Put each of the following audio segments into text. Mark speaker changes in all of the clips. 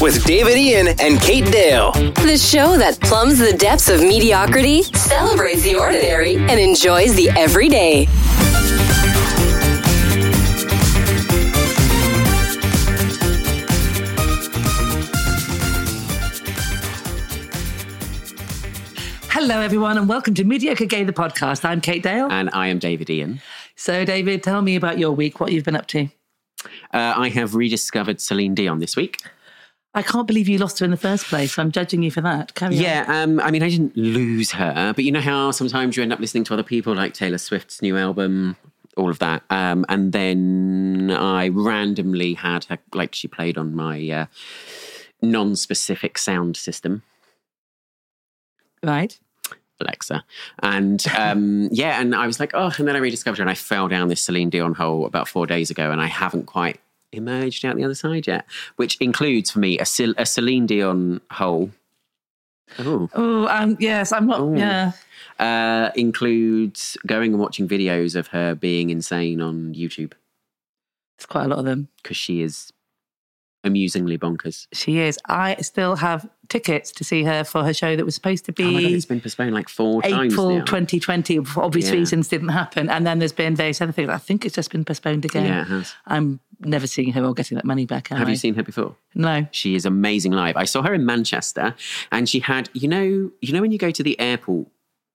Speaker 1: with David Ian and Kate Dale.
Speaker 2: The show that plumbs the depths of mediocrity, celebrates the ordinary, and enjoys the everyday.
Speaker 3: Hello, everyone, and welcome to Mediocre Gay, the podcast. I'm Kate Dale.
Speaker 4: And I am David Ian.
Speaker 3: So, David, tell me about your week, what you've been up to.
Speaker 4: Uh, I have rediscovered Celine Dion this week.
Speaker 3: I can't believe you lost her in the first place. I'm judging you for that. Carry on.
Speaker 4: Yeah, um, I mean, I didn't lose her, but you know how sometimes you end up listening to other people, like Taylor Swift's new album, all of that. Um, and then I randomly had her, like, she played on my uh, non specific sound system.
Speaker 3: Right?
Speaker 4: Alexa. And um, yeah, and I was like, oh, and then I rediscovered her and I fell down this Celine Dion hole about four days ago and I haven't quite emerged out the other side yet, which includes for me a, Cel- a Celine Dion hole. Oh.
Speaker 3: Oh, um, yes, I'm not.
Speaker 4: Ooh.
Speaker 3: Yeah.
Speaker 4: Uh, includes going and watching videos of her being insane on YouTube
Speaker 3: It's quite a lot of them.
Speaker 4: because she is amusingly bonkers.
Speaker 3: She is. I still have tickets to see her for her show that was supposed to
Speaker 4: Oh my God,
Speaker 3: be
Speaker 4: it's been postponed like four times
Speaker 3: April
Speaker 4: now.
Speaker 3: 2020. For obvious
Speaker 4: Yeah.
Speaker 3: reasons, didn't happen. And then there's been various other things. I think it's just been postponed again.
Speaker 4: Yeah, it has.
Speaker 3: I'm never seeing her or getting that money back. Am
Speaker 4: Have
Speaker 3: I?
Speaker 4: you seen her before?
Speaker 3: No.
Speaker 4: She is amazing live. I saw her in Manchester, and she had you know you know when you go to the airport,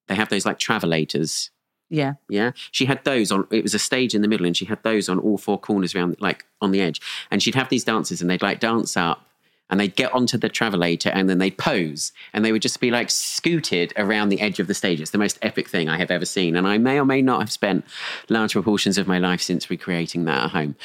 Speaker 4: they have those like travelators.
Speaker 3: Yeah.
Speaker 4: Yeah, she had those on. It was a stage in the middle, and she had those on all four corners around, like on the edge. And she'd have these dancers, and they'd like dance up, and they'd get onto the travelator, and then they'd pose, and they would just be like scooted around the edge of the stage. It's the most epic thing I have ever seen, and I may or may not have spent large proportions of my life since recreating that at home.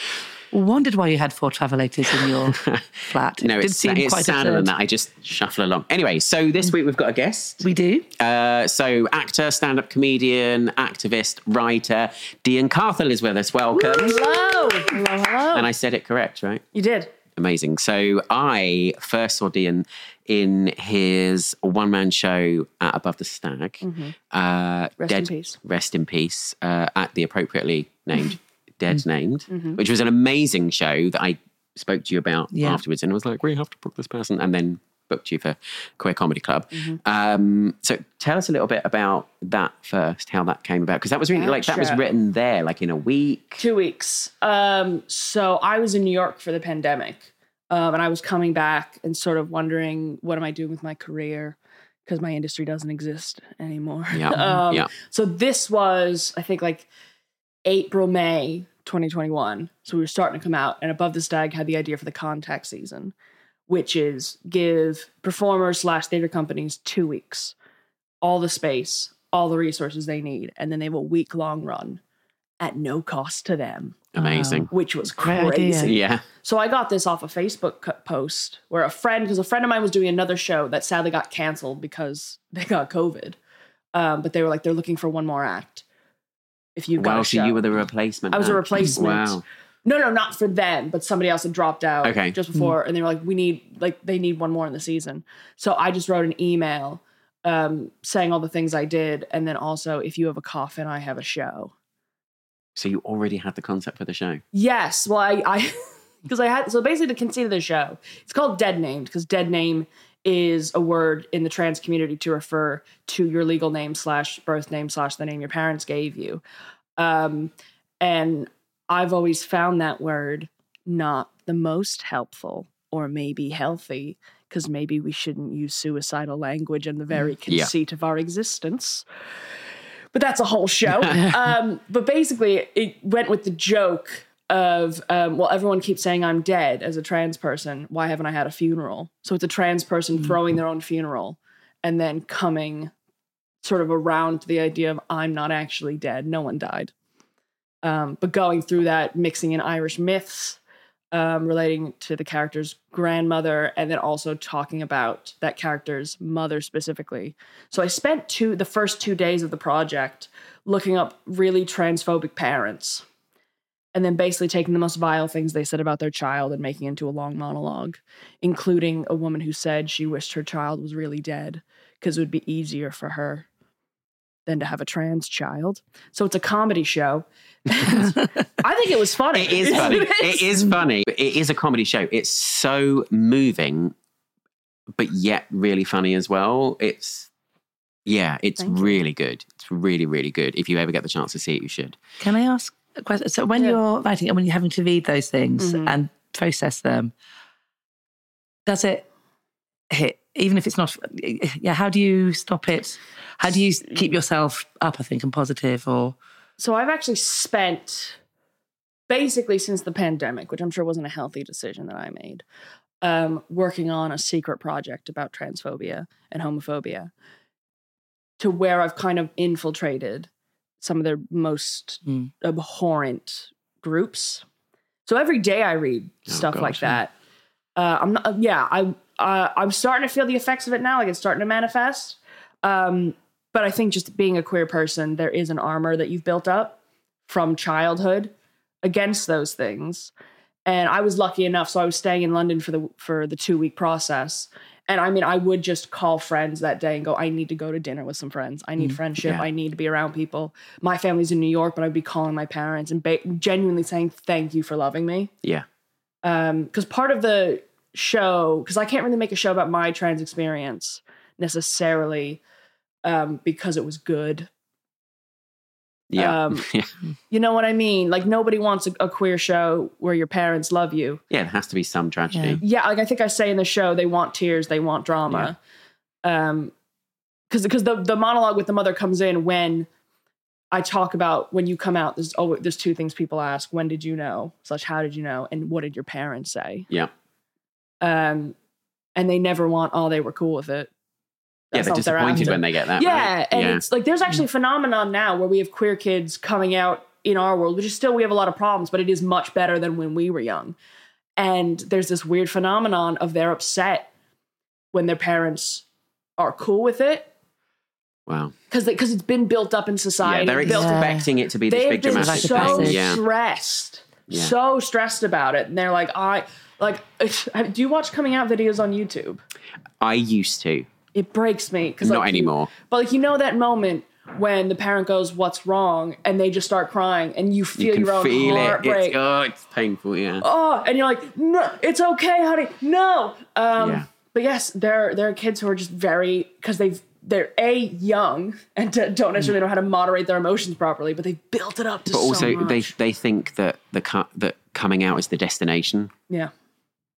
Speaker 3: Wondered why you had four travelators in your flat.
Speaker 4: No,
Speaker 3: Did
Speaker 4: it's,
Speaker 3: seem
Speaker 4: it's
Speaker 3: quite
Speaker 4: sadder than
Speaker 3: absurd. Mm.
Speaker 4: that. I just shuffle along. Anyway, so this week we've got a guest.
Speaker 3: We do.
Speaker 4: Uh, so actor, stand-up comedian, activist, writer, Dean Carthel is with us. Welcome.
Speaker 5: Hello. Hello, hello.
Speaker 4: And I said it correct, right?
Speaker 5: Oh. You did.
Speaker 4: Amazing. So I first saw Dean in his one-man show at Above the Stag. Uh,
Speaker 5: Mm-hmm. Rest in peace.
Speaker 4: Rest in peace. Uh, at the appropriately named
Speaker 5: Mm-hmm.
Speaker 4: Dead Named, which was an amazing show that I spoke to you about
Speaker 3: Yeah.
Speaker 4: afterwards, and I was like, we have to book this person, and then booked you for Queer Comedy Club.
Speaker 5: Mm-hmm.
Speaker 4: Um, so tell us a little bit about that first, how that came about, because that was really like that was
Speaker 5: Gotcha.
Speaker 4: written there, like in a week.
Speaker 5: Two weeks. Um, so I was in New York for the pandemic, um, and I was coming back and sort of wondering what am I doing with my career because my industry doesn't exist anymore.
Speaker 4: Yeah,
Speaker 5: um,
Speaker 4: yeah.
Speaker 5: So this was, I think, like April, May 2021. So we were starting to come out, and Above the Stag had the idea for the contact season, which is give performers slash theater companies two weeks, all the space, all the resources they need, and then they have a week long run at no cost to them,
Speaker 4: Amazing.
Speaker 5: which was
Speaker 3: Great idea.
Speaker 5: crazy.
Speaker 4: Yeah.
Speaker 5: So I got this off a Facebook co- post where a friend, because a friend of mine was doing another show that sadly got canceled because they got COVID. Um, but they were like, they're looking for one more act. If you got
Speaker 4: Wow,
Speaker 5: a
Speaker 4: so
Speaker 5: show.
Speaker 4: you were the replacement.
Speaker 5: I was a
Speaker 4: act.
Speaker 5: replacement.
Speaker 4: Wow.
Speaker 5: no, no, not for them, but somebody else had dropped out
Speaker 4: Okay.
Speaker 5: just
Speaker 3: Mm-hmm.
Speaker 5: before, and they were like, we need like they need one more in the season. So I just wrote an email um, saying all the things I did, and then also if you have a coffin, I have a show.
Speaker 4: So you already had the concept for the show.
Speaker 5: Yes. Well, I, I, because I had, so basically the conceit of the show, it's called dead named because dead name is a word in the trans community to refer to your legal name slash birth name slash the name your parents gave you. Um, and I've always found that word not the most helpful or maybe healthy because maybe we shouldn't use suicidal language in the very
Speaker 4: Yeah.
Speaker 5: conceit of our existence but that's a whole show. um, but basically, it went with the joke of, um, well, everyone keeps saying I'm dead as a trans person. Why haven't I had a funeral? So it's a trans person throwing their own funeral and then coming sort of around to the idea of I'm not actually dead. No one died. Um, but going through that, mixing in Irish myths um, relating to the character's grandmother, and then also talking about that character's mother specifically. So I spent two the first two days of the project looking up really transphobic parents, and then basically taking the most vile things they said about their child and making it into a long monologue, including a woman who said she wished her child was really dead because it would be easier for her than to have a trans child. So it's a comedy show. I think it was funny.
Speaker 4: It is funny. it is funny. It is a comedy show. It's so moving, but yet really funny as well. It's yeah, it's
Speaker 5: Thank you.
Speaker 4: really good. It's really, really good. If you ever get the chance to see it, you should.
Speaker 3: Can I ask a question? So when
Speaker 5: Yeah.
Speaker 3: you're writing and when you're having to read those things
Speaker 5: Mhm.
Speaker 3: and process them, does it hit? Even if it's not, yeah. How do you stop it? How do you keep yourself up? I think and positive, or
Speaker 5: So I've actually spent basically since the pandemic, which I'm sure wasn't a healthy decision that I made, um, working on a secret project about transphobia and homophobia to where I've kind of infiltrated some of their most
Speaker 3: Mm.
Speaker 5: abhorrent groups. So every day I read
Speaker 4: Oh,
Speaker 5: stuff like
Speaker 4: gosh, yeah.
Speaker 5: that. Uh, I'm not, yeah, I, uh, I'm starting to feel the effects of it now. Like it's starting to manifest. Um, but I think just being a queer person, there is an armor that you've built up from childhood against those things. And I was lucky enough, so I was staying in London for the for the two week process. And I mean, I would just call friends that day and go, I need to go to dinner with some friends. I need friendship.
Speaker 4: yeah.
Speaker 5: I need to be around people. My family's in New York, but I'd be calling my parents and ba- genuinely saying, thank you for loving me
Speaker 4: Yeah.
Speaker 5: because part of the show because i can't really make a show about my trans experience necessarily um, because it was good
Speaker 4: Yeah.
Speaker 5: Um,
Speaker 4: yeah.
Speaker 5: you know what i mean like nobody wants a, a queer show where your parents love you
Speaker 4: Yeah, there has to be some tragedy.
Speaker 5: yeah like i think i say in the show they want tears they want drama um because because the, the monologue with the mother comes in when i talk about when you come out there's oh there's two things people ask when did you know slash how did you know and what did your parents say
Speaker 4: Yeah.
Speaker 5: um, and they never want. Oh, they were cool with it.
Speaker 4: Yeah,
Speaker 5: That's
Speaker 4: they're
Speaker 5: not what
Speaker 4: disappointed
Speaker 5: after.
Speaker 4: when they get that.
Speaker 5: Yeah,
Speaker 4: right? Mm-hmm.
Speaker 5: and it's like there's actually a phenomenon now where we have queer kids coming out in our world, which is still we have a lot of problems, but it is much better than when we were young. And there's this weird phenomenon of they're upset when their parents are cool with it
Speaker 4: wow.
Speaker 5: because because it's been built up in
Speaker 4: Yeah,
Speaker 5: society.
Speaker 4: they're
Speaker 5: built
Speaker 3: Yeah.
Speaker 4: expecting it to be this
Speaker 5: they've
Speaker 4: big
Speaker 5: been
Speaker 4: dramatic
Speaker 3: Like a
Speaker 5: so
Speaker 4: thing.
Speaker 3: passage.
Speaker 4: Yeah.
Speaker 5: stressed,
Speaker 4: Yeah.
Speaker 5: so stressed about it, and they're like, I like. do you watch coming out videos on YouTube?
Speaker 4: I used to.
Speaker 5: it breaks me because
Speaker 4: Not anymore.
Speaker 5: but like you know that moment when the parent goes, "What's wrong?" and they just start crying, and you
Speaker 4: You
Speaker 5: feel
Speaker 4: can
Speaker 5: your own
Speaker 4: feel it.
Speaker 5: heartbreak.
Speaker 4: It's, oh, it's painful. Yeah.
Speaker 5: oh, and you're like, "No, it's okay, honey. No." Um,
Speaker 4: Yeah.
Speaker 5: But yes, there there are kids who are just very because they've they're a young and d- don't necessarily know how to moderate their emotions properly, but they've built it up to
Speaker 4: But
Speaker 5: so
Speaker 4: also,
Speaker 5: much.
Speaker 4: they they think that the cu- that coming out is the destination
Speaker 5: yeah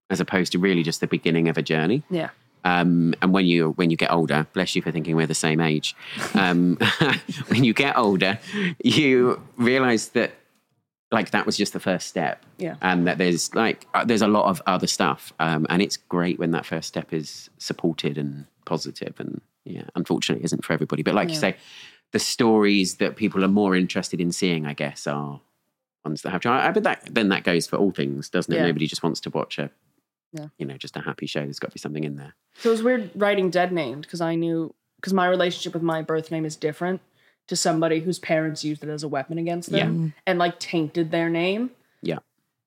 Speaker 4: as opposed to really just the beginning of a journey.
Speaker 5: yeah
Speaker 4: Um, and when you when you get older, bless you for thinking we're the same age. Um, when you get older, you realise that like that was just the first step,
Speaker 5: Yeah.
Speaker 4: and that there's like uh, there's a lot of other stuff, um, and it's great when that first step is supported and positive, and yeah, unfortunately, it isn't for everybody. But like you say, the stories that people are more interested in seeing, I guess, are ones that have. I, I bet that then that goes for all things, doesn't it?
Speaker 5: Yeah.
Speaker 4: Nobody just wants to watch a
Speaker 5: Yeah.
Speaker 4: you know just a happy show. There's got to be something in there.
Speaker 5: So it was weird writing dead named because I knew because my relationship with my birth name is different to somebody whose parents used it as a weapon against them and like tainted their name.
Speaker 4: Yeah.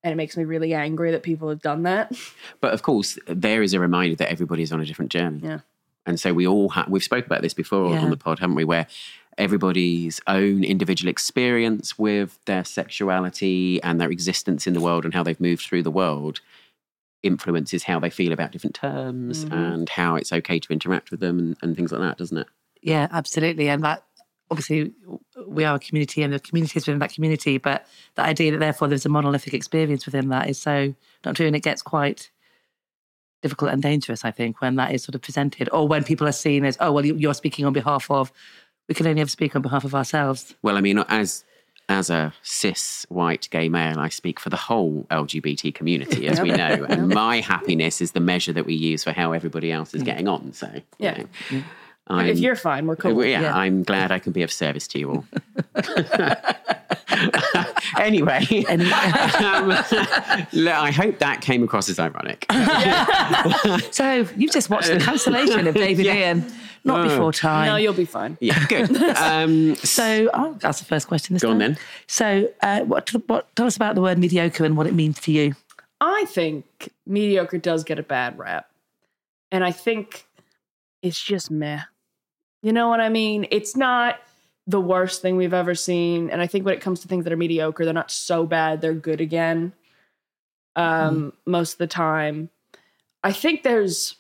Speaker 5: And it makes me really angry that people have done that.
Speaker 4: But of course, there is a reminder that everybody's on a different journey.
Speaker 5: Yeah.
Speaker 4: And so we all have, we've spoke about this before
Speaker 3: Yeah.
Speaker 4: on the pod, haven't we? Where everybody's own individual experience with their sexuality and their existence in the world and how they've moved through the world influences how they feel about different terms and how it's okay to interact with them and, and things like that, doesn't it?
Speaker 3: Yeah, absolutely. And that obviously we are a community and the community is within that community, but the idea that therefore there's a monolithic experience within that is so not true. And it gets quite difficult and dangerous, I think, when that is sort of presented or when people are seen as, oh, well, you- you're speaking on behalf of, we can only ever speak on behalf of ourselves.
Speaker 4: Well, I mean, as as a cis white gay male, I speak for the whole LGBT community, as we know, and my happiness is the measure that we use for how everybody else is getting on. So, you
Speaker 5: Mm. Yeah. Mm.
Speaker 4: know, I'm,
Speaker 5: if you're fine, we're cool.
Speaker 4: yeah,
Speaker 3: yeah.
Speaker 4: I'm glad I can be of service to you all. anyway, um, look, I hope that came across as ironic.
Speaker 3: So you've just watched the cancellation of David Ian, not
Speaker 4: Oh.
Speaker 3: before time.
Speaker 5: No, you'll be fine.
Speaker 4: Yeah, good. Um,
Speaker 3: so I'll ask the first question this
Speaker 4: Go on
Speaker 3: time.
Speaker 4: then.
Speaker 3: So uh, what, what, tell us about the word mediocre and what it means to you.
Speaker 5: I think mediocre does get a bad rap. And I think it's just meh. You know what I mean? It's not the worst thing we've ever seen. And I think when it comes to things that are mediocre, they're not so bad, they're good again um, most of the time. I think there's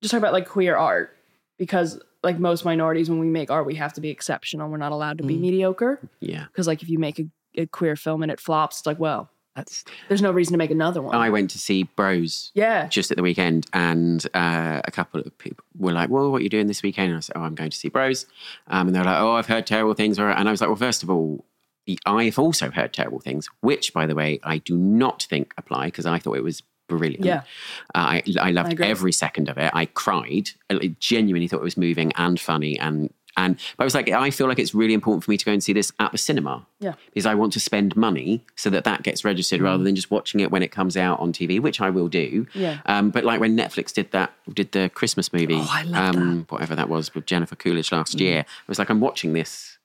Speaker 5: just talk about like queer art because like most minorities when we make art we have to be exceptional we're not allowed to be mediocre
Speaker 4: Yeah.
Speaker 5: because like if you make a, a queer film and it flops it's like well
Speaker 3: That's
Speaker 5: there's no reason to make another one
Speaker 4: Oh, I went to see Bros
Speaker 5: yeah
Speaker 4: just at the weekend, and uh, a couple of people were like, "Well, what are you doing this weekend?" And I said, "Oh, I'm going to see Bros," um, and they were like, "Oh, I've heard terrible things," or- and I was like, "Well, first of all." I've also heard terrible things, which, by the way, I do not think apply because I thought it was brilliant.
Speaker 5: Yeah.
Speaker 4: Uh, I, I
Speaker 5: I
Speaker 4: loved
Speaker 5: agree.
Speaker 4: every second of it. I cried. I genuinely thought it was moving and funny, and and but I was like, I feel like it's really important for me to go and see this at the cinema.
Speaker 5: Yeah. Mm.
Speaker 4: because I want to spend money so that that gets registered rather than just watching it when it comes out on TV, which I will do.
Speaker 5: Yeah.
Speaker 4: Um, but like when Netflix did that, did the Christmas movie, um,
Speaker 3: Oh, I love
Speaker 4: whatever that was with Jennifer Coolidge last
Speaker 5: Mm.
Speaker 4: year, I was like, I'm watching this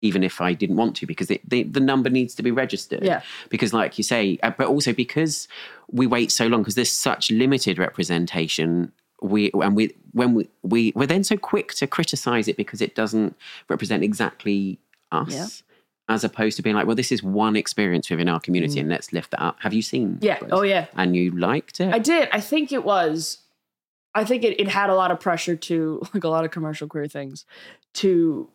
Speaker 4: even if I didn't want to because it, the, the number needs to be registered.
Speaker 5: Yeah.
Speaker 4: Because like you say, uh, but also because we wait so long because there's such limited representation. We and we when we, we we're then so quick to criticize it because it doesn't represent exactly us.
Speaker 5: Yeah. Mm.
Speaker 4: As opposed to being like, well, this is one experience within our community, and let's lift that up. Have you seen?
Speaker 5: yeah
Speaker 4: Bros?
Speaker 5: oh yeah
Speaker 4: And you liked it?
Speaker 5: I did. I think it was. I think it, it had a lot of pressure to, like a lot of commercial queer things, to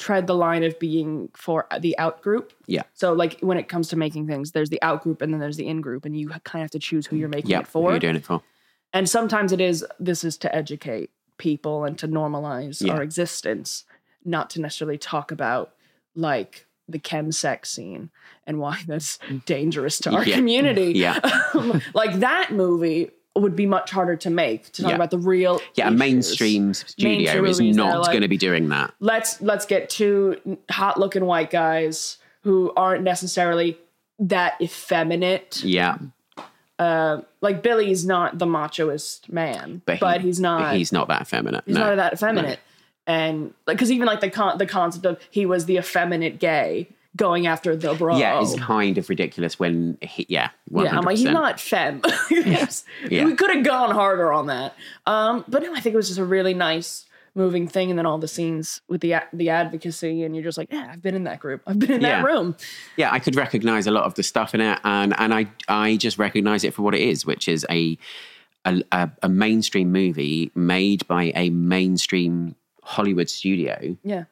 Speaker 5: tread the line of being for the out group.
Speaker 4: Yeah.
Speaker 5: So, like, when it comes to making things, there's the out group and then there's the in group, and you kind of have to choose who you're making
Speaker 4: yeah.
Speaker 5: it for.
Speaker 4: Who you're doing it for?
Speaker 5: And sometimes it is this is to educate people and to normalize
Speaker 4: Yeah.
Speaker 5: our existence, not to necessarily talk about like the chem sex scene and why that's dangerous to our
Speaker 4: Mm. Yeah.
Speaker 5: community.
Speaker 4: Yeah.
Speaker 5: Um, like that movie would be much harder to make to talk
Speaker 4: Yeah.
Speaker 5: about the real
Speaker 4: Yeah, a
Speaker 5: issues.
Speaker 4: mainstream studio
Speaker 5: Mainstream
Speaker 4: is
Speaker 5: movies that are
Speaker 4: not
Speaker 5: like-
Speaker 4: going to be doing that.
Speaker 5: let's let's get two hot looking white guys who aren't necessarily that effeminate
Speaker 4: Yeah,
Speaker 5: uh, like Billy's not the machoist man,
Speaker 4: But
Speaker 5: but,
Speaker 4: he-
Speaker 5: he's not.
Speaker 4: he's not that effeminate.
Speaker 5: he's
Speaker 4: no.
Speaker 5: not that effeminate, and like because even like the con- the concept of he was the effeminate gay going after the bro.
Speaker 4: Yeah, it's kind of ridiculous when he, yeah, 100%.
Speaker 5: Yeah, I'm like he's not femme. Yes.
Speaker 4: Yeah.
Speaker 5: We could have gone harder on that. Um, but no, I think it was just a really nice moving thing, and then all the scenes with the a- the advocacy, and you're just like, yeah, I've been in that group, I've been in
Speaker 4: Yeah.
Speaker 5: that room.
Speaker 4: Yeah, I could recognize a lot of the stuff in it, and and I I just recognize it for what it is, which is a a, a, a mainstream movie made by a mainstream Hollywood studio
Speaker 5: Yeah.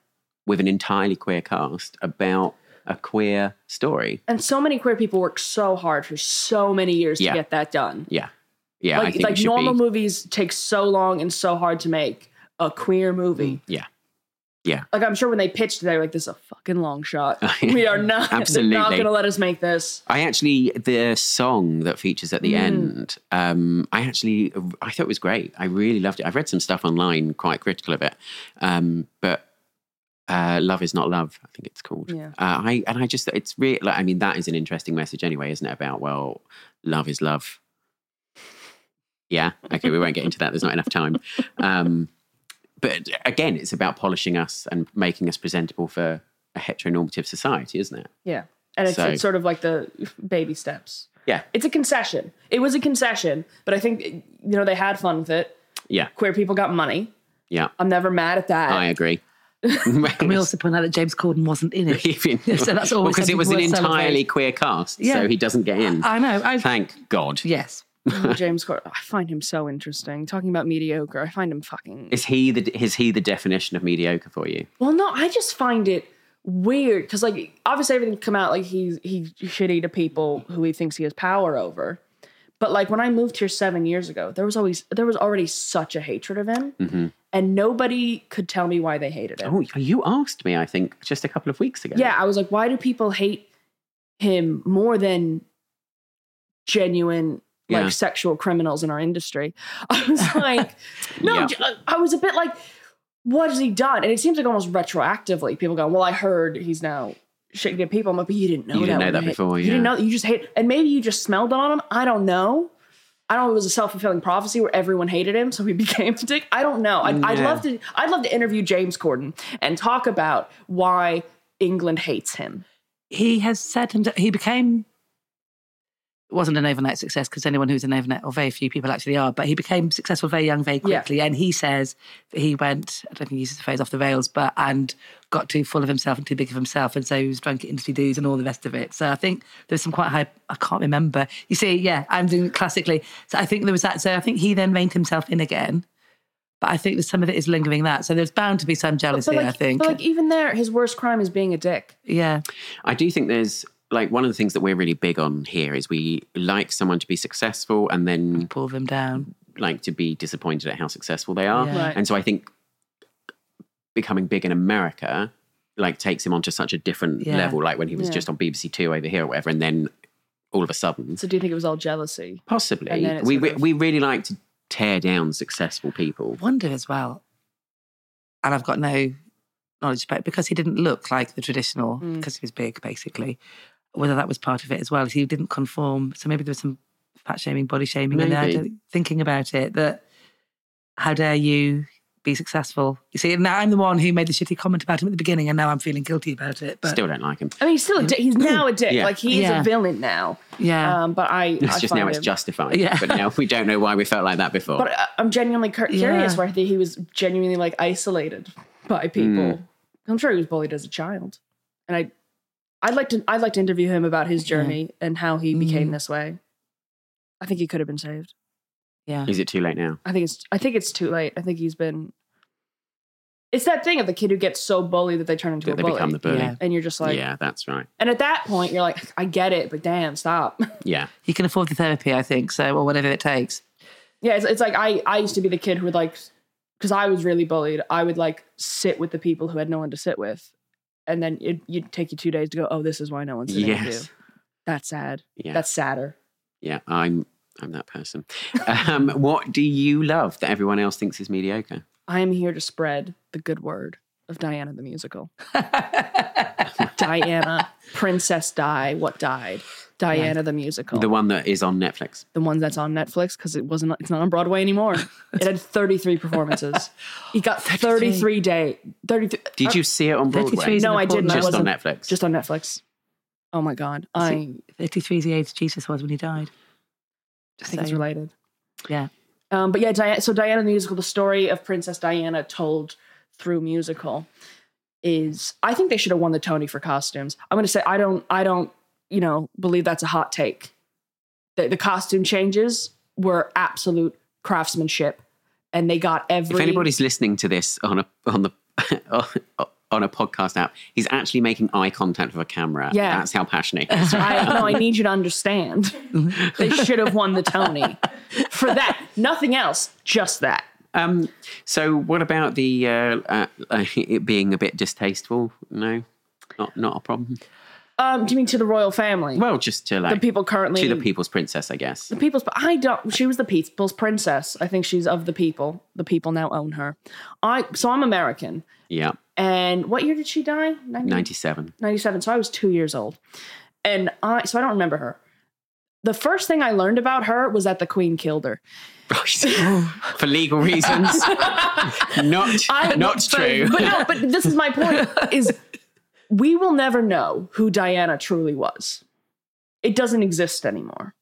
Speaker 4: with an entirely queer cast about a queer story.
Speaker 5: And so many queer people work so hard for so many years
Speaker 4: Yeah.
Speaker 5: to get that done.
Speaker 4: Yeah, yeah, I
Speaker 5: like
Speaker 4: think it
Speaker 5: like
Speaker 4: should
Speaker 5: normal
Speaker 4: be.
Speaker 5: movies take so long and so hard to make a queer movie.
Speaker 4: Mm, Yeah, yeah.
Speaker 5: Like I'm sure when they pitched it, they were like, "This is a fucking long shot. we are not they're not
Speaker 4: Absolutely.
Speaker 5: going to let us make this."
Speaker 4: I actually the song that features at the end. Um, I actually I thought it was great. I really loved it. I've read some stuff online quite critical of it, um, but uh, "Love Is Not Love," I think it's called.
Speaker 5: Yeah.
Speaker 4: Uh, I and I just it's really like I mean that is an interesting message anyway, isn't it? About well, love is love. Yeah. Okay, we won't get into that. There's not enough time. Um, but again, it's about polishing us and making us presentable for a heteronormative society, isn't it?
Speaker 5: Yeah, and it's,
Speaker 4: So-
Speaker 5: it's sort of like the baby steps.
Speaker 4: Yeah.
Speaker 5: It's a concession. It was a concession, but I think you know they had fun with it.
Speaker 4: Yeah.
Speaker 5: Queer people got money.
Speaker 4: Yeah.
Speaker 5: I'm never mad at that.
Speaker 4: I agree.
Speaker 3: And we also point out that James Corden wasn't in it.
Speaker 4: Even-
Speaker 3: So that's always
Speaker 4: well, because it
Speaker 3: something
Speaker 4: was an
Speaker 3: worth
Speaker 4: entirely
Speaker 3: celebrating.
Speaker 4: queer cast, so
Speaker 3: Yeah.
Speaker 4: he doesn't get in.
Speaker 3: I know. I
Speaker 4: Thank God.
Speaker 3: yes.
Speaker 5: James Corden, I find him so interesting. Talking about mediocre, I find him fucking
Speaker 4: Is he the is he the definition of mediocre for you?
Speaker 5: Well, no, I just find it weird because, like, obviously everything come out like he's he's shitty to people who he thinks he has power over. But like when I moved here seven years ago, there was always there was already such a hatred of him, and nobody could tell me why they hated him.
Speaker 4: Mm-hmm. Oh, you asked me. I think just a couple of weeks ago.
Speaker 5: Yeah, I was like, why do people hate him more than genuine
Speaker 4: Yeah.
Speaker 5: like sexual criminals in our industry? I was like, no,
Speaker 4: Yeah.
Speaker 5: j- uh, I was a bit like, what has he done? And it seems like almost retroactively, people go, well, I heard he's now shitting at people. I'm like, but you didn't know
Speaker 4: You
Speaker 5: that.
Speaker 4: didn't know
Speaker 5: when
Speaker 4: that
Speaker 5: hit-
Speaker 4: before,
Speaker 5: You didn't
Speaker 4: yeah.
Speaker 5: know. You just hate, and maybe you just smelled it on him. I don't know. I don't know. It was a self fulfilling prophecy where everyone hated him, so he became a dick. I don't know. I'd, I'd
Speaker 4: Yeah.
Speaker 5: love to. I'd love to interview James Corden and talk about why England hates him.
Speaker 3: He has said him he became It wasn't an overnight success because anyone who's an overnight, or very few people actually are, but he became successful very young, very
Speaker 5: Yeah.
Speaker 3: quickly. And he says that he went, I don't think he uses the phrase off the rails, but and got too full of himself and too big of himself. And so he was drunk at industry dudes and all the rest of it. So I think there's some quite high, I can't remember. You see, yeah, I'm doing it classically. So I think there was that. So I think he then reined himself in again. But I think that some of it is lingering that. So there's bound to be some jealousy,
Speaker 5: like,
Speaker 3: I think.
Speaker 5: but like even there, his worst crime is being a dick.
Speaker 3: yeah.
Speaker 4: I do think there's like one of the things that we're really big on here is we like someone to be successful and then
Speaker 3: Pull them down.
Speaker 4: like to be disappointed at how successful they are.
Speaker 3: Yeah.
Speaker 5: Right.
Speaker 4: And so I think becoming big in America like takes him onto such a different
Speaker 3: Yeah.
Speaker 4: level, like when he was
Speaker 5: Yeah.
Speaker 4: just on BBC Two over here or whatever, and then all of a sudden,
Speaker 5: So do you think it was all jealousy? and then
Speaker 4: possibly,
Speaker 5: it's
Speaker 4: we
Speaker 5: sort
Speaker 4: we,
Speaker 5: of-
Speaker 4: we really like to tear down successful people.
Speaker 3: wonder as well, and I've got no knowledge about it because he didn't look like the traditional because he was big, basically. Whether that was part of it as well, he didn't conform. So maybe there was some fat shaming, body shaming in there. I
Speaker 4: Maybe.
Speaker 3: don't- Thinking about it, that how dare you be successful? You see, now I'm the one who made the shitty comment about him at the beginning, and now I'm feeling guilty about it. But
Speaker 4: Still don't like him.
Speaker 5: I mean, he's still a dick. He's now a dick.
Speaker 4: Yeah.
Speaker 5: Like he is
Speaker 3: Yeah.
Speaker 5: a villain now.
Speaker 3: yeah,
Speaker 5: Um, but I,
Speaker 4: It's
Speaker 5: I
Speaker 4: just
Speaker 5: find
Speaker 4: now it's
Speaker 5: him-
Speaker 4: justified.
Speaker 3: Yeah.
Speaker 4: But now we don't know why we felt like that before.
Speaker 5: But I- I'm genuinely cur- curious
Speaker 3: Yeah.
Speaker 5: where he he was genuinely like isolated
Speaker 4: Hmm.
Speaker 5: by people. I'm sure he was bullied as a child, and I, I'd like to I'd like to interview him about his journey and how
Speaker 4: Hmm.
Speaker 5: he became this way. I think he could have been saved. uh,
Speaker 3: yeah,
Speaker 4: Is it too late now?
Speaker 5: I think it's I think it's too late. I think he's been. It's that thing of the kid who gets so bullied that they turn into
Speaker 4: That
Speaker 5: a
Speaker 4: they
Speaker 5: bully,
Speaker 4: become the bully.
Speaker 3: Yeah.
Speaker 5: and you're just like,
Speaker 4: yeah, that's right.
Speaker 5: and at that point you're like, I get it, but damn, stop.
Speaker 4: Yeah.
Speaker 3: he can afford the therapy, I think. So or whatever it takes.
Speaker 5: Yeah, it's, it's like I I used to be the kid who would like because I was really bullied. I would like sit with the people who had no one to sit with, and then it, you'd take you two days to go. Oh, this is why no one's sitting with
Speaker 4: Yes.
Speaker 5: you. That's sad.
Speaker 4: Yeah.
Speaker 5: That's sadder.
Speaker 4: yeah. I'm I'm that person. Um, what do you love that everyone else thinks is mediocre?
Speaker 5: I am here to spread the good word of Diana the musical. Diana, Princess Di, what died? Diana the musical,
Speaker 4: The
Speaker 5: the,
Speaker 4: one that is on Netflix.
Speaker 5: one that's on Netflix because it wasn't. It's not on Broadway anymore. it had thirty three performances. He got thirty three day thirty three.
Speaker 4: Did you see it on
Speaker 3: 33
Speaker 4: Broadway?
Speaker 3: is
Speaker 5: Oh. No,
Speaker 3: an
Speaker 5: I
Speaker 3: important
Speaker 5: didn't. I
Speaker 4: Just on
Speaker 5: wasn't.
Speaker 4: Netflix.
Speaker 5: just on Netflix. Oh my god, I, I
Speaker 3: Thirty-three is the age Jesus was when he died.
Speaker 5: think it's
Speaker 3: saying.
Speaker 5: related.
Speaker 3: Yeah,
Speaker 5: Um, but yeah, Diana, so Diana the musical, the story of Princess Diana told through musical, is I think they should have won the Tony for costumes. I'm going to say I don't, I don't, you know, believe that's a hot take. The, the costume changes were absolute craftsmanship, and they got every.
Speaker 4: if anybody's listening to this on a on the on a podcast app, he's actually making eye contact with a camera.
Speaker 5: Yeah.
Speaker 4: That's how passionate. he is.
Speaker 5: I no, I need you to understand. they should have won the Tony for that. Nothing else, just that.
Speaker 4: um, so what about the uh, uh, it being a bit distasteful? No, not not a problem.
Speaker 5: Um, do you mean to the royal family?
Speaker 4: Well, just to like
Speaker 5: the people currently
Speaker 4: to the people's princess, I guess.
Speaker 5: the people's. I don't. She was the people's princess. I think she's of the people. The people now own her. I so I'm American.
Speaker 4: Yeah,
Speaker 5: And what year did she die? 90,
Speaker 4: ninety-seven.
Speaker 5: 97. So I was two years old, and I so I don't remember her. The first thing I learned about her was that the queen killed her.
Speaker 4: Right. For legal reasons. not not true.
Speaker 5: But no, but this is my point is we will never know who Diana truly was. It doesn't exist anymore.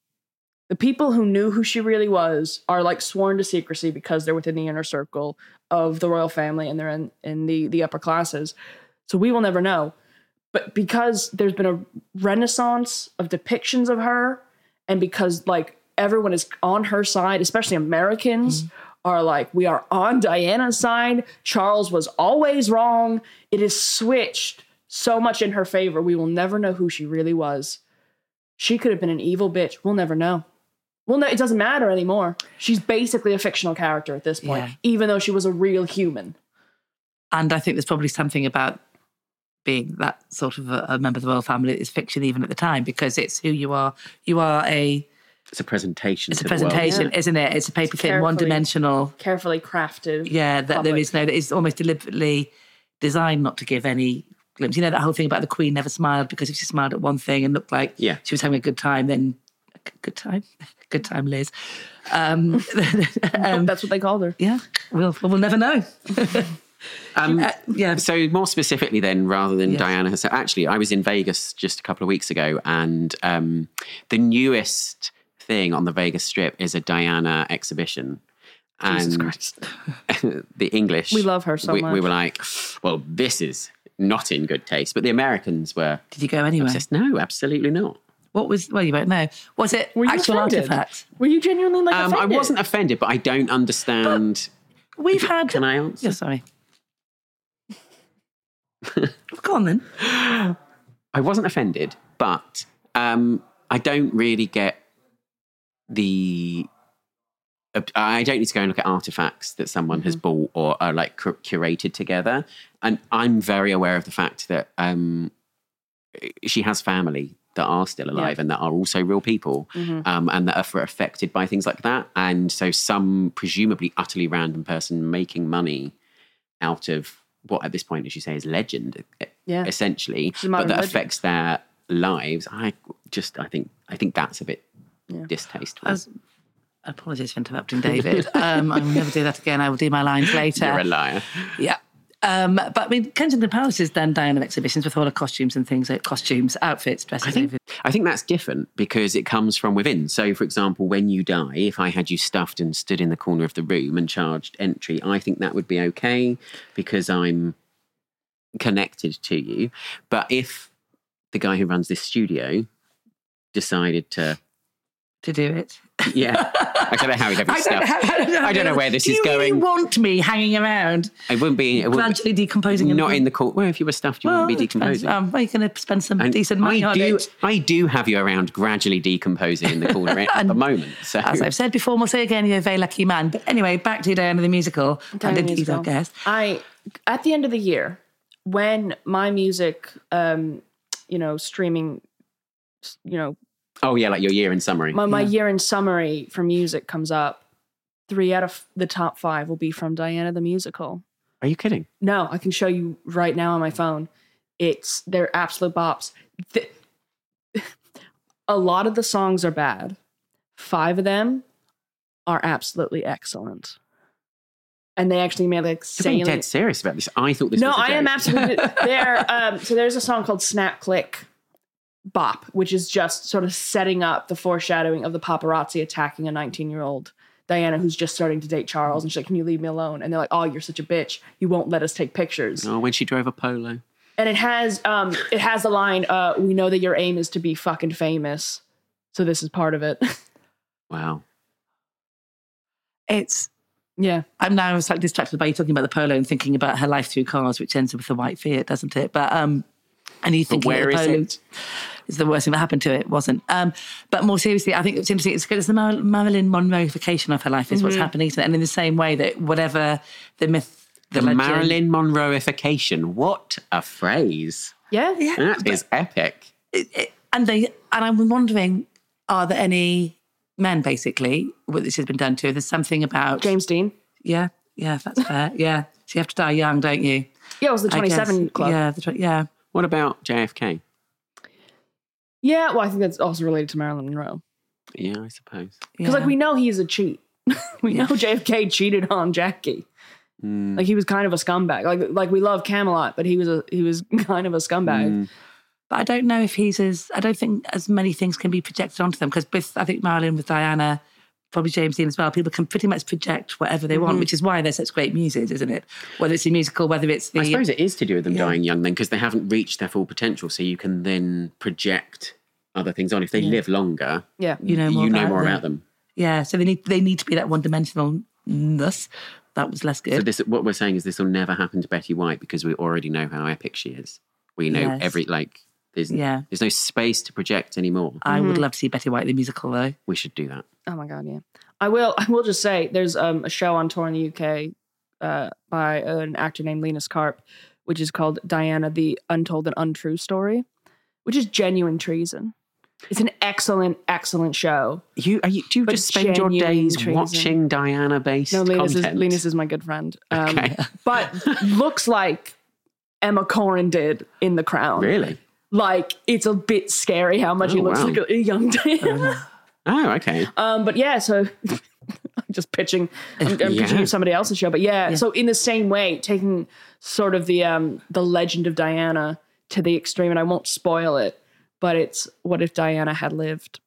Speaker 5: The people who knew who she really was are like sworn to secrecy because they're within the inner circle of the royal family and they're in, in the, the upper classes. So we will never know. But because there's been a renaissance of depictions of her, and because like everyone is on her side, especially Americans
Speaker 3: Mm-hmm.
Speaker 5: are like, we are on Diana's side. Charles was always wrong. It is switched so much in her favor. We will never know who she really was. She could have been an evil bitch. We'll never know. Well, no, it doesn't matter anymore. She's basically a fictional character at this point,
Speaker 3: Yeah.
Speaker 5: even though she was a real human.
Speaker 3: And I think there's probably something about being that sort of a, a member of the royal family is fiction even at the time because it's who you are. You are a
Speaker 4: It's a presentation.
Speaker 3: it's a
Speaker 4: to the world.
Speaker 3: presentation, isn't it? It's a paper thin,
Speaker 5: carefully-
Speaker 3: one dimensional.
Speaker 5: Carefully crafted.
Speaker 3: Yeah, that there
Speaker 5: public.
Speaker 3: is no that is almost deliberately designed not to give any glimpse. You know that whole thing about the Queen never smiled because if she smiled at one thing and looked like
Speaker 4: Yeah.
Speaker 3: she was having a good time, then good time, good time, Liz. Um,
Speaker 5: That's what they called her.
Speaker 3: yeah, we'll we'll never know.
Speaker 4: Um,
Speaker 3: Uh, yeah.
Speaker 4: So more specifically, then, rather than
Speaker 3: Yes.
Speaker 4: Diana herself, actually, I was in Vegas just a couple of weeks ago, and um, the newest thing on the Vegas Strip is a Diana exhibition. And
Speaker 5: Jesus Christ.
Speaker 4: the English,
Speaker 5: We love her so
Speaker 4: we, We
Speaker 5: much.
Speaker 4: were like, well, this is not in good taste. But the Americans were
Speaker 3: Did you go anyway?
Speaker 4: just no, absolutely not.
Speaker 3: What was? Well, you won't know. Was it
Speaker 5: Were you
Speaker 3: actual
Speaker 5: offended?
Speaker 3: artifact?
Speaker 5: Were you genuinely like
Speaker 4: Um, I
Speaker 5: offended?
Speaker 4: wasn't offended, but I don't understand.
Speaker 3: We've had.
Speaker 4: Can I answer?
Speaker 3: Yeah, sorry. Go on then.
Speaker 4: I wasn't offended, but um, I don't really get the. I don't need to go and look at artifacts that someone
Speaker 5: Mm-hmm.
Speaker 4: has bought or are like cur- curated together. And I'm very aware of the fact that um, she has family that are still alive and that are also real people
Speaker 5: Mm-hmm.
Speaker 4: um, and that are affected by things like that. And so, some presumably utterly random person making money out of what at this point, as you say, is legend, e-
Speaker 5: Yeah.
Speaker 4: essentially,
Speaker 5: a
Speaker 4: but
Speaker 5: modern
Speaker 4: that
Speaker 5: legend.
Speaker 4: affects their lives. I just, I think, I think that's a bit distasteful.
Speaker 3: As- Apologies for interrupting, David. Um, I'll never do that again. I will do my lines later.
Speaker 4: You're a liar.
Speaker 3: Yeah. Um, but I mean, Kensington Palace has done Diana exhibitions with all her costumes and things, like costumes, outfits, dresses.
Speaker 4: I think, I think that's different because it comes from within. So, for example, when you die, if I had you stuffed and stood in the corner of the room and charged entry, I think that would be okay because I'm connected to you. But if the guy who runs this studio decided to,
Speaker 3: to do it.
Speaker 4: yeah, I don't know how he'd have
Speaker 3: I
Speaker 4: his
Speaker 3: don't, know
Speaker 4: stuff.
Speaker 3: how- I don't know, how-
Speaker 4: I don't know where this
Speaker 3: do
Speaker 4: is
Speaker 3: you really
Speaker 4: going.
Speaker 3: want me hanging around,
Speaker 4: It wouldn't be it wouldn't,
Speaker 3: gradually decomposing?
Speaker 4: not in the court. Well, if you were stuffed, you
Speaker 3: Well,
Speaker 4: wouldn't be
Speaker 3: it depends.
Speaker 4: decomposing.
Speaker 3: Um, well, you're going to spend some
Speaker 4: And
Speaker 3: decent money
Speaker 4: I
Speaker 3: on
Speaker 4: do,
Speaker 3: it.
Speaker 4: I do have you around gradually decomposing in the corner at the moment. So
Speaker 3: As I've said before, and we'll say again, you're a very lucky man. But anyway, back to Diana the musical. I
Speaker 5: Diana
Speaker 3: did
Speaker 5: musical.
Speaker 3: musical. guess.
Speaker 5: I at the end of the year when my music, um, you know, streaming, you know,
Speaker 4: Oh yeah, like your year in summary.
Speaker 5: my, my year in summary for music comes up. Three out of the top five will be from Diana the musical.
Speaker 4: Are you kidding?
Speaker 5: No, I can show you right now on my phone. It's they're absolute bops. Th- a lot of the songs are bad. Five of them are absolutely excellent, and they actually made like
Speaker 4: You're being
Speaker 5: salient
Speaker 4: dead serious about this. I thought this.
Speaker 5: no,
Speaker 4: was a
Speaker 5: I am
Speaker 4: joke.
Speaker 5: absolutely there. Um, so there's a song called Snap Click Bop, which is just sort of setting up the foreshadowing of the paparazzi attacking a 19 year old Diana who's just starting to date Charles. And she's like, Can you leave me alone? And they're like, Oh, you're such a bitch. You won't let us take pictures.
Speaker 4: Oh, when she drove a polo.
Speaker 5: And it has um, it has the line, uh, We know that your aim is to be fucking famous. So this is part of it.
Speaker 4: Wow.
Speaker 3: It's.
Speaker 5: yeah.
Speaker 3: I'm now slightly distracted by you talking about the polo and thinking about her life through cars, which ends up with the white Fiat, doesn't it? But um, and you think
Speaker 4: where
Speaker 3: the
Speaker 4: is
Speaker 3: polo
Speaker 4: it?
Speaker 3: is the worst thing that happened to it. it wasn't. Um, but more seriously, I think it's interesting. It's good. It's the Mar- Marilyn Monroeification of her life is
Speaker 4: Mm-hmm.
Speaker 3: what's happening to it, and in the same way that whatever the myth, the,
Speaker 4: The
Speaker 3: legend-
Speaker 4: Marilyn Monroeification. What a phrase.
Speaker 5: Yeah. Yeah.
Speaker 4: That is epic.
Speaker 3: and they and I'm wondering, are there any men basically what this has been done to? There's something about
Speaker 5: James Dean.
Speaker 3: Yeah, yeah, that's fair. yeah, so you have to die young, don't you?
Speaker 5: Yeah, it was the
Speaker 3: I guess.
Speaker 5: 27 Club.
Speaker 3: Yeah, the tw- yeah.
Speaker 4: What about JFK?
Speaker 5: yeah, well, I think that's also related to Marilyn Monroe.
Speaker 4: Yeah, I suppose.
Speaker 5: Because
Speaker 3: yeah.
Speaker 5: like we know he's a cheat. we
Speaker 3: Yeah.
Speaker 5: know JFK cheated on Jackie. Like he was kind of a scumbag. Like like we love Camelot, but he was a he was kind of a scumbag.
Speaker 3: but I don't know if he's as I don't think as many things can be projected onto them because with I think Marilyn with Diana, probably James Dean as well, people can pretty much project whatever they
Speaker 5: Mm-hmm.
Speaker 3: want, which is why they're such great muses, isn't it? Whether it's a musical, whether it's the
Speaker 4: I suppose it is to do with them dying young then, because they haven't reached their full potential. So you can then project other things on. If they live longer,
Speaker 5: Yeah.
Speaker 3: you know more,
Speaker 4: you know
Speaker 3: about,
Speaker 4: more
Speaker 3: them.
Speaker 4: about them.
Speaker 3: Yeah, so they need they need to be that one dimensionalness. That was less
Speaker 4: So
Speaker 3: good.
Speaker 4: this, what we're saying is this will never happen to Betty White because we already know how epic she is. We know
Speaker 3: Yes.
Speaker 4: every like. There's
Speaker 3: Yeah.
Speaker 4: there's no space to project anymore.
Speaker 3: I would love to see Betty White the musical though.
Speaker 4: We should do that.
Speaker 5: Oh my god, yeah. I will I will just say there's um a show on tour in the UK uh by an actor named Linus Karp, which is called Diana the Untold and Untrue Story, which is genuine treason. It's an excellent, excellent show.
Speaker 4: You are you, do you
Speaker 5: But
Speaker 4: just spend your
Speaker 5: genuine
Speaker 4: days
Speaker 5: treason.
Speaker 4: watching Diana based
Speaker 5: No, Linus is,
Speaker 4: content?
Speaker 5: Linus is my good friend. Um,
Speaker 4: Okay.
Speaker 5: but looks like Emma Corrin did in The Crown.
Speaker 4: really?
Speaker 5: Like it's a bit scary how much he
Speaker 4: Oh,
Speaker 5: looks
Speaker 4: wow.
Speaker 5: like a, a young Diana.
Speaker 4: Oh, okay.
Speaker 5: Um, but yeah, so just pitching. I'm, I'm
Speaker 4: Yeah.
Speaker 5: pitching you somebody else's show, but yeah, So in the same way, taking sort of the um the legend of Diana to the extreme, and I won't spoil it, but it's what if Diana had lived?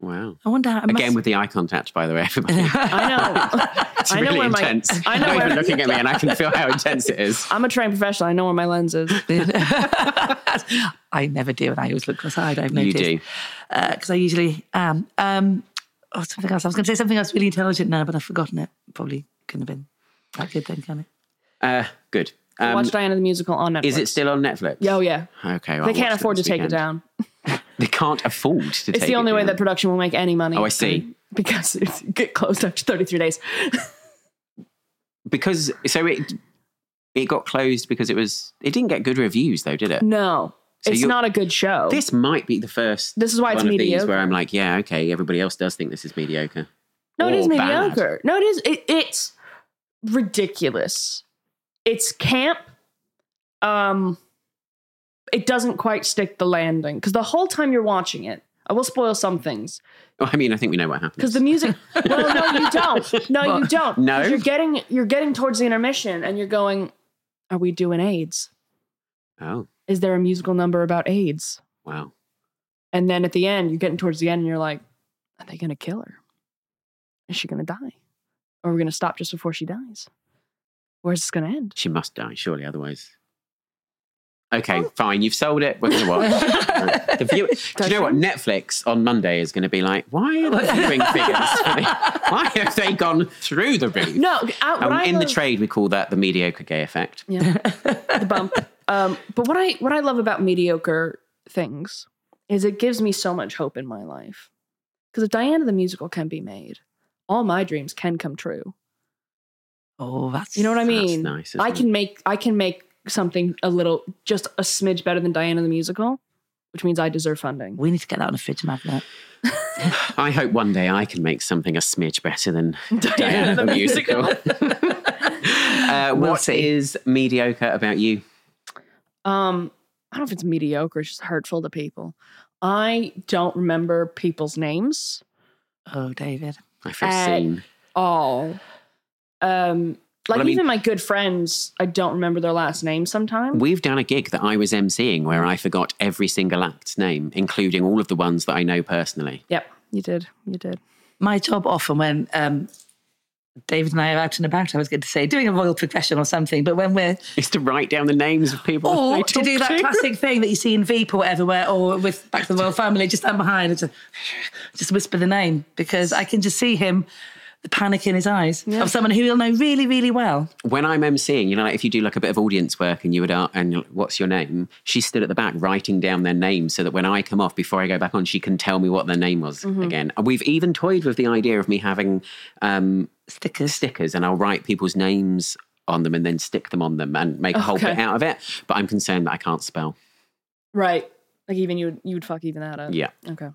Speaker 4: Wow.
Speaker 3: I wonder how. I must-
Speaker 4: Again with the eye contact, by the way, everybody.
Speaker 5: I know.
Speaker 4: It's
Speaker 5: I know
Speaker 4: really
Speaker 5: where my-
Speaker 4: intense.
Speaker 5: I know
Speaker 4: You're
Speaker 5: where-
Speaker 4: looking at me, and I can feel how intense it is.
Speaker 5: I'm a trained professional. I know where my lens is.
Speaker 4: Um,
Speaker 3: I never do, and I always look cross eyed. I've
Speaker 4: You
Speaker 3: noticed.
Speaker 4: do.
Speaker 3: Because Uh, I usually am. Um, oh, something else. I was going to say something else really intelligent now, but I've forgotten it. Probably couldn't have been that good then, can it?
Speaker 4: Uh, good. Um,
Speaker 5: Watch Diana the musical on Netflix.
Speaker 4: is it still on Netflix?
Speaker 5: Oh yeah.
Speaker 4: Okay. well,
Speaker 5: They
Speaker 4: I'll
Speaker 5: can't
Speaker 4: watch
Speaker 5: afford to
Speaker 4: this
Speaker 5: take it
Speaker 4: weekend.
Speaker 5: down.
Speaker 4: They can't afford to take it
Speaker 5: It's the only way
Speaker 4: down.
Speaker 5: that production will make any money.
Speaker 4: Oh, I see.
Speaker 5: Because it's get closed after 33 days.
Speaker 4: because so it it got closed because it was it didn't get good reviews though, did it?
Speaker 5: No,
Speaker 4: So
Speaker 5: it's
Speaker 4: you're-
Speaker 5: not a good show.
Speaker 4: This might be the first.
Speaker 5: This is why it's
Speaker 4: one of these
Speaker 5: mediocre.
Speaker 4: where I'm like, yeah, okay, everybody else does think this is mediocre.
Speaker 5: no, it
Speaker 4: or
Speaker 5: is
Speaker 4: bad.
Speaker 5: mediocre. No, it is. It, it's ridiculous. It's camp. Um, it doesn't quite stick the landing because the whole time you're watching it, I will spoil some things.
Speaker 4: Well, I mean, I think we know what happens.
Speaker 5: because the music. well, no, you don't. No, you don't. 'Cause
Speaker 4: no?
Speaker 5: you're getting you're getting towards the intermission, and you're going. Are we doing AIDS?
Speaker 4: Oh
Speaker 5: Is there a musical number about AIDS?
Speaker 4: wow,
Speaker 5: And then at the end, you're getting towards the end, and you're like, Are they gonna kill her? Is she gonna die? Or are we gonna stop just before she dies? Where's this gonna end?
Speaker 4: she must die surely, otherwise. Okay,
Speaker 5: Oh.
Speaker 4: fine. You've sold it. We're gonna watch. Right. the view- Do you know what? Netflix on Monday is going to be like, why are the viewing figures? for the- why have they gone through the roof?
Speaker 5: No, I, what
Speaker 4: Um,
Speaker 5: I
Speaker 4: in the
Speaker 5: love-
Speaker 4: trade, we call that the mediocre gay effect.
Speaker 5: Yeah, the bump. Um, but what I what I love about mediocre things is it gives me so much hope in my life. Because if Diana the musical can be made, all my dreams can come true.
Speaker 3: Oh, that's
Speaker 5: You know what I
Speaker 4: That's
Speaker 5: mean?
Speaker 4: nice, isn't
Speaker 5: I
Speaker 4: it?
Speaker 5: can make I can make something a little just a smidge better than Diana the musical, which means I deserve funding.
Speaker 3: We need to get that on a fridge magnet.
Speaker 4: I hope one day I can make something a smidge better than Diana the musical. uh,
Speaker 3: We'll
Speaker 4: what
Speaker 3: see.
Speaker 4: is mediocre about you?
Speaker 5: Um, I don't know if it's mediocre, it's just hurtful to people. I don't remember people's names.
Speaker 3: Oh, David.
Speaker 4: I feel
Speaker 5: Uh,
Speaker 4: seen.
Speaker 5: all. Um, like
Speaker 4: Well, I mean-
Speaker 5: even my good friends, I don't remember their last name sometimes.
Speaker 4: We've done a gig that I was emceeing where I forgot every single act's name, including all of the ones that I know personally.
Speaker 5: yep, you did, you did.
Speaker 3: my job often when um, David and I are out and about, I was going to say doing a royal progression or something, but when we're
Speaker 4: Is to write down the names of people.
Speaker 3: or
Speaker 4: they
Speaker 3: to
Speaker 4: talk
Speaker 3: do that
Speaker 4: to.
Speaker 3: classic thing that you see in Veep or whatever, where or with Back to the Royal Family, just stand behind and just, just whisper the name because I can just see him, the panic in his eyes of someone who he'll know really, really well.
Speaker 4: When I'm emceeing, you know, like if you do like a bit of audience work and you would uh, and you're like, what's your name? She stood at the back writing down their name so that when I come off before I go back on, she can tell me what their name was
Speaker 5: Mm-hmm.
Speaker 4: again. We've even toyed with the idea of me having um,
Speaker 3: Stickers.
Speaker 4: stickers and I'll write people's names on them and then stick them on them and make a whole bit
Speaker 5: Okay.
Speaker 4: out of it. But I'm concerned that I can't spell.
Speaker 5: Right, like even you would you would fuck even that up.
Speaker 4: Yeah.
Speaker 5: Okay.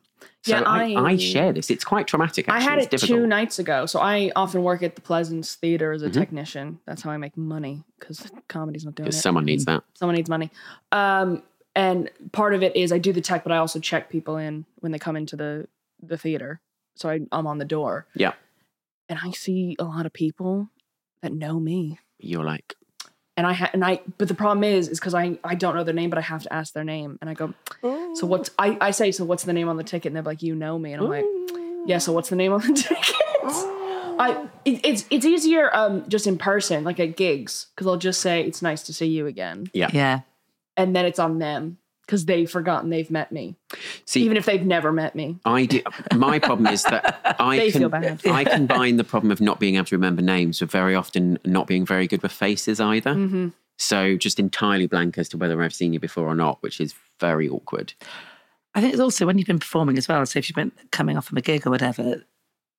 Speaker 4: So
Speaker 5: yeah,
Speaker 4: I, I, share this. It's quite traumatic
Speaker 5: I
Speaker 4: actually.
Speaker 5: had
Speaker 4: it's
Speaker 5: it
Speaker 4: difficult. Mm-hmm.
Speaker 5: two nights ago. So I often work at the Pleasance Theater as a technician. That's how I make money because comedy's not doing it.
Speaker 4: Because someone needs that.
Speaker 5: Someone needs money. Um, and part of it is I do the tech, but I also check people in when they come into the the theater. So I, I'm on the door,
Speaker 4: Yeah.
Speaker 5: and I see a lot of people that know me.
Speaker 4: You're like,
Speaker 5: and I ha- and I but the problem is is because I I don't know their name but I have to ask their name and I go so what's I, I say so what's the name on the ticket and they're like you know me and I'm like yeah so what's the name on the ticket I it, it's it's easier um just in person like at gigs because I'll just say it's nice to see you again
Speaker 4: yeah.
Speaker 3: Yeah.
Speaker 5: and then it's on them because they've forgotten they've met me
Speaker 4: See,
Speaker 5: even if they've never met me
Speaker 4: I do. My problem is that I
Speaker 5: They
Speaker 4: can,
Speaker 5: feel bad.
Speaker 4: I combine the problem of not being able to remember names with very often not being very good with faces either.
Speaker 5: Mm-hmm.
Speaker 4: So just entirely blank as to whether I've seen you before or not, which is very awkward.
Speaker 3: I think it's also when you've been performing as well. So if you've been coming off from a gig or whatever,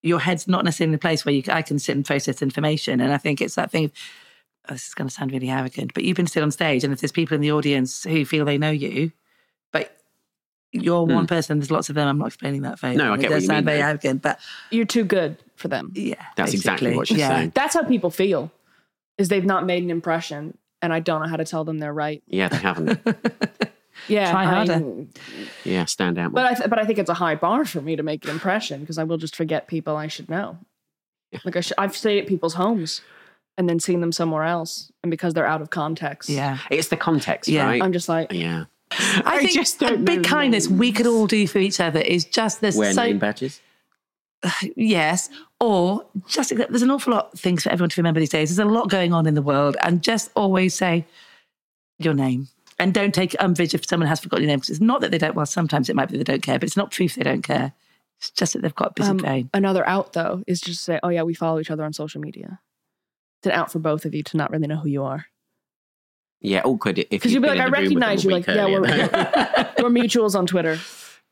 Speaker 3: your head's not necessarily in a place where you, I can sit and process information. And I think it's that thing of, oh, this is going to sound really arrogant, but you've been stood on stage, and if there's people in the audience who feel they know you, but you're one person, there's lots of them. I'm not explaining that very.
Speaker 4: Hmm. No, I
Speaker 3: it
Speaker 4: get what
Speaker 3: does
Speaker 4: you
Speaker 3: sound
Speaker 4: mean,
Speaker 3: very
Speaker 4: though.
Speaker 3: arrogant, but
Speaker 5: you're too good for them
Speaker 3: yeah,
Speaker 4: That's exactly
Speaker 3: basically.
Speaker 4: what she's
Speaker 3: yeah.
Speaker 4: saying.
Speaker 5: that's how people feel is they've not made an impression and I don't know how to tell them they're right
Speaker 4: Yeah, they haven't.
Speaker 5: yeah
Speaker 3: Try
Speaker 5: I-
Speaker 3: harder.
Speaker 4: yeah, stand out. more.
Speaker 5: But I, th- but I think it's a high bar for me to make an impression because I will just forget people I should know. Like I sh- I've stayed at people's homes and then seen them somewhere else, and because they're out of context,
Speaker 3: Yeah.
Speaker 4: It's the context,
Speaker 3: Yeah.
Speaker 4: right?
Speaker 5: I'm just like,
Speaker 4: yeah.
Speaker 3: I, think
Speaker 4: just don't
Speaker 3: a big
Speaker 4: know
Speaker 3: kindness
Speaker 4: names.
Speaker 3: we could all do for each other is just this.
Speaker 4: Wear
Speaker 3: so,
Speaker 4: name badges.
Speaker 3: yes, or just accept- there's an awful lot of things for everyone to remember these days. There's a lot going on in the world, and just always say your name and don't take umbrage if someone has forgotten your name because it's not that they don't. Well, sometimes it might be they don't care, but it's not proof they don't care. It's just that they've got a busy
Speaker 5: um,
Speaker 3: brain.
Speaker 5: another out though is just say, oh yeah, we follow each other on social media. It's an out for both of you to not really know who you are.
Speaker 4: Yeah, awkward if
Speaker 5: Because you'd be like, I recognize you. Like, yeah, we're, we're mutuals on Twitter.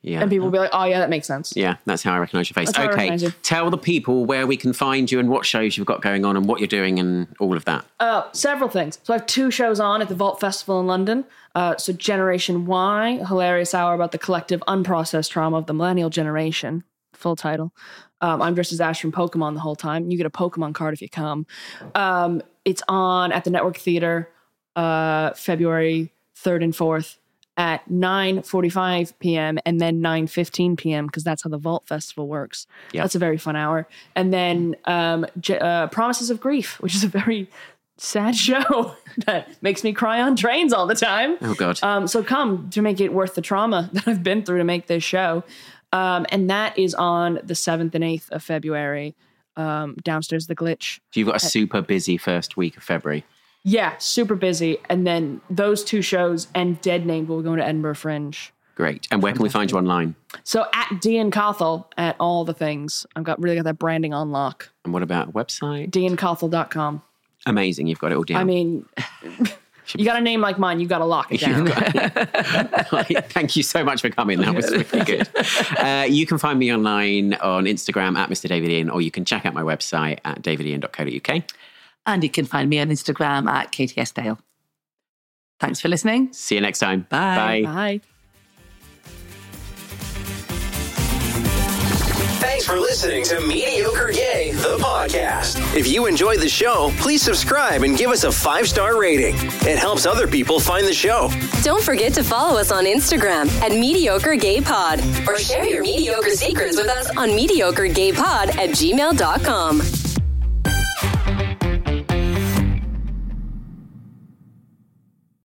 Speaker 4: yeah.
Speaker 5: And people will be like, oh, yeah, that makes sense.
Speaker 4: Yeah, that's how I recognise your face.
Speaker 5: That's how I recognise
Speaker 4: okay,
Speaker 5: you.
Speaker 4: tell the people where we can find you and what shows you've got going on and what you're doing and all of that.
Speaker 5: Uh, several things. So I have two shows on at the Vault Festival in London. Uh, so Generation Y, hilarious hour about the collective unprocessed trauma of the millennial generation. Full title. Um, I'm dressed as Ash from Pokemon the whole time. You get a Pokemon card if you come. Um, it's on at the Network Theater uh, February 3rd and 4th at 9.45 p.m. and then 9.15 p.m. because that's how the Vault Festival works.
Speaker 4: Yeah.
Speaker 5: That's a very fun hour. And then um, J- uh, Promises of Grief, which is a very sad show that makes me cry on trains all the time.
Speaker 4: Oh, God.
Speaker 5: Um, so come to make it worth the trauma that I've been through to make this show. Um, and that is on the 7th and 8th of February. Um, downstairs the glitch.
Speaker 4: So you've got a super busy first week of February.
Speaker 5: Yeah, super busy. And then those two shows and Dead Named will go to Edinburgh Fringe.
Speaker 4: Great. And where can we find you online?
Speaker 5: So at Dean Cothel at all the things. I've got really got that branding on lock.
Speaker 4: And what about a website?
Speaker 5: DeanCothel.com.
Speaker 4: Amazing, you've got it all down.
Speaker 5: I mean, you got a name like mine, you got to lock it down.
Speaker 4: Thank you so much for coming. That was really good. Uh, you can find me online on Instagram at Mr. David Ian, or you can check out my website at davidian.co.uk.
Speaker 3: And you can find me on Instagram at Katie S. Dale. Thanks for listening.
Speaker 4: See you next time.
Speaker 3: Bye.
Speaker 4: Bye.
Speaker 5: Bye.
Speaker 1: Thanks for listening to Mediocre Gay, the podcast. If you enjoyed the show, please subscribe and give us a five star rating. It helps other people find the show.
Speaker 2: Don't forget to follow us on Instagram at Mediocre Gay Pod or share your mediocre secrets with us on mediocregaypod at gmail.com.